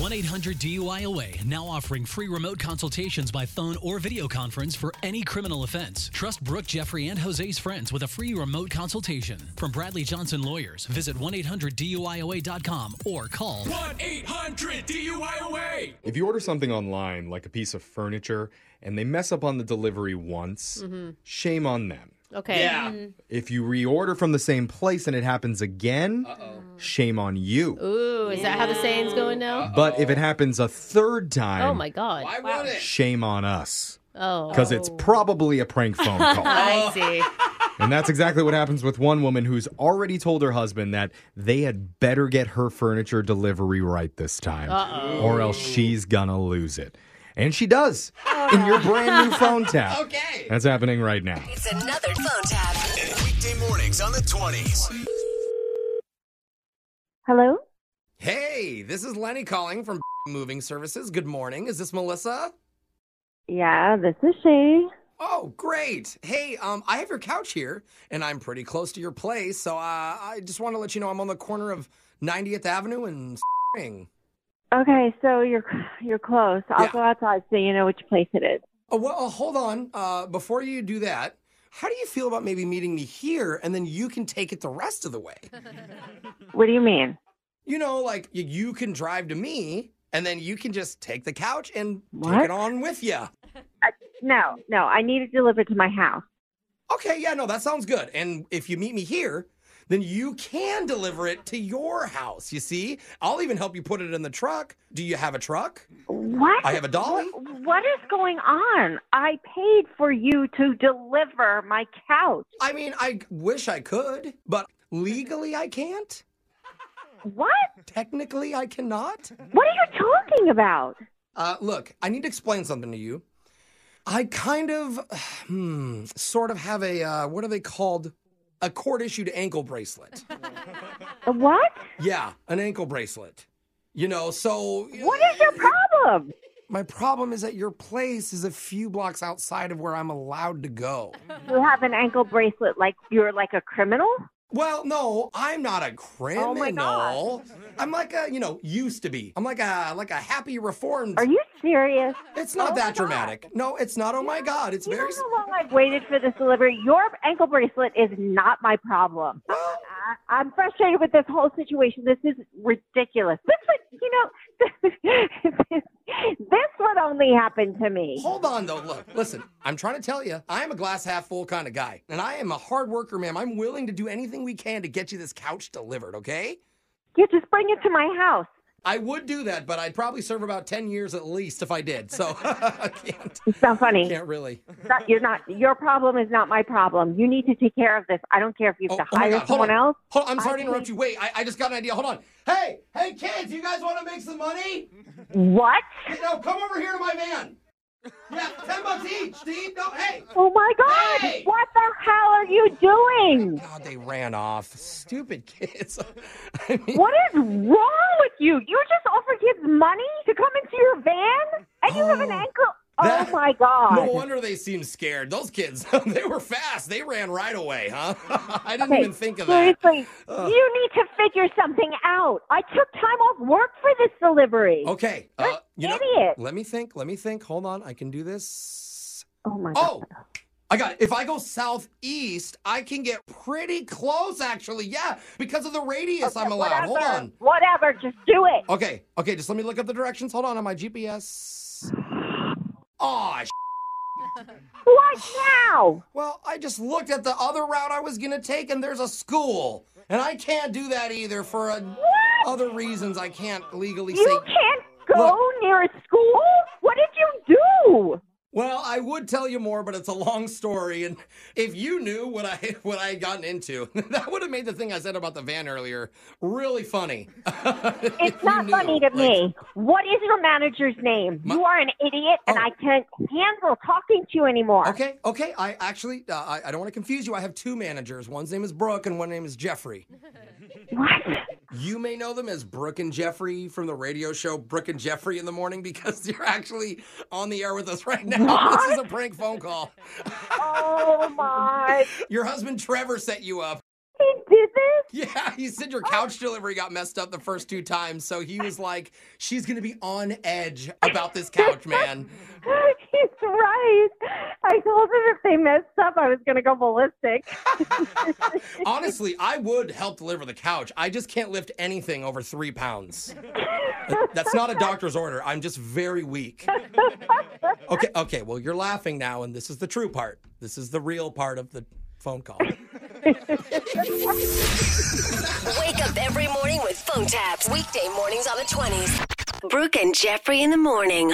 1 800 DUIOA now offering free remote consultations by phone or video conference for any criminal offense. Trust Brooke, Jeffrey, and Jose's friends with a free remote consultation. From Bradley Johnson Lawyers, visit 1 800 DUIOA.com or call 1 800 DUIOA. If you order something online, like a piece of furniture, and they mess up on the delivery once, Mm-hmm. shame on them. Okay. Yeah. If you reorder from the same place and it happens again, shame on you. Ooh, is that how the saying's going now? But if it happens a third time, Oh my god. Why would it? shame on us. Oh. Because it's probably a prank phone call. I see. and that's exactly what happens with one woman who's already told her husband that they had better get her furniture delivery right this time, or else she's gonna lose it. And she does in your brand new phone tap. Okay. That's happening right now. It's another phone tap. Weekday mornings on the 20s. Hello? Hey, this is Lenny calling from Moving Services. Good morning. Is this Melissa? Yeah, this is she. Oh, great. Hey, um, I have your couch here, and I'm pretty close to your place, so uh, I just want to let you know I'm on the corner of 90th Avenue and Spring. Okay, so you're you're close. I'll Yeah. go outside so you know which place it is. Oh, well, uh, hold on. Uh, before you do that, how do you feel about maybe meeting me here, and then you can take it the rest of the way? What do you mean? You know, like y- you can drive to me, and then you can just take the couch and take What? it on with you. No, no, I need it delivered to my house. Okay, yeah, no, that sounds good. And if you meet me here, then you can deliver it to your house. You see, I'll even help you put it in the truck. Do you have a truck? What? I have a dolly. What- what is going on? I paid for you to deliver my couch. I mean, I wish I could, but legally I can't. What? Technically, I cannot. What are you talking about? Uh, look, I need to explain something to you. I kind of, hmm, sort of have a, uh, what are they called? A court issued ankle bracelet. What? yeah, an ankle bracelet. You know, so. What is your problem? My problem is that your place is a few blocks outside of where I'm allowed to go. You have an ankle bracelet like you're like a criminal? Well, no, I'm not a criminal. Oh my God. I'm like a, you know, used to be. I'm like a like a happy reformed. Are you serious? It's not Oh my God. that dramatic. No, it's not. Oh my God, it's You very. know how long I've waited for this delivery? Your ankle bracelet is not my problem. Well, I, I'm frustrated with this whole situation. This is ridiculous. This would, you know, this would only happen to me. Hold on, though. Look, listen, I'm trying to tell you, I am a glass half full kind of guy, and I am a hard worker, ma'am. I'm willing to do anything we can to get you this couch delivered, okay? You just bring it to my house. I would do that, but I'd probably serve about 10 years at least if I did. So I can't, It's not funny. can't really. Not- you're not. Your problem is not my problem. You need to take care of this. I don't care if you have to Oh, my hire God, hold someone on. else. Hold on, I'm sorry to I interrupt you. Wait, I, I just got an idea. Hold on. Hey, hey, kids, you guys want to make some money? What? Hey, No, come over here to my van. Yeah, 10 bucks each, Steve. No, hey. Oh my God! Hey! What the hell are you doing? God, they ran off. Stupid kids. I mean, What is wrong with you? You just offer kids money to come into your van, and you have an Oh, ankle. that- oh my god! No wonder they seem scared. Those kids, they were fast. They ran right away, huh? I didn't Okay, even think of that. Seriously, Ugh. you need to figure something out. I took time off work for this delivery. Okay. Uh, you know, Idiot. let me think. Let me think. Hold on. I can do this. Oh my Oh, god! I got it. If I go southeast, I can get pretty close, actually. Yeah, because of the radius I'm allowed. whatever, Hold on. Oh. Whatever, just do it. Okay, okay, just let me look up the directions. Hold on on my GPS. Aw, sh- What now? well, I just looked at the other route I was gonna take, and there's a school. And I can't do that either for a, other reasons I can't legally say. You can't go Look. near a school. What did you do? Well, I would tell you more, but it's a long story, and if you knew what I what I had gotten into, that would have made the thing I said about the van earlier really funny. It's not funny to me. What is your manager's name? you are an idiot, and Oh. I can't handle talking to you anymore. Okay, okay. I actually, uh, I, I don't want to confuse you. I have two managers. One's name is Brooke, and one name is Jeffrey. What? You may know them as Brooke and Jeffrey from the radio show Brooke and Jeffrey in the morning because you're actually on the air with us right now. This is a prank phone call. Oh my! Your husband Trevor set you up. He did did this? Yeah, he said your couch delivery got messed up the first two times, so he was like, "She's gonna be on edge about this couch, man." He's right. I told him if they messed up, I was going to go ballistic. Honestly, I would help deliver the couch. I just can't lift anything over three pounds. That's not a doctor's order. I'm just very weak. Okay, okay. Well, you're laughing now, and this is the true part. This is the real part of the phone call. Wake up every morning with phone taps. Weekday mornings on the 20s. Brooke and Jeffrey in the morning.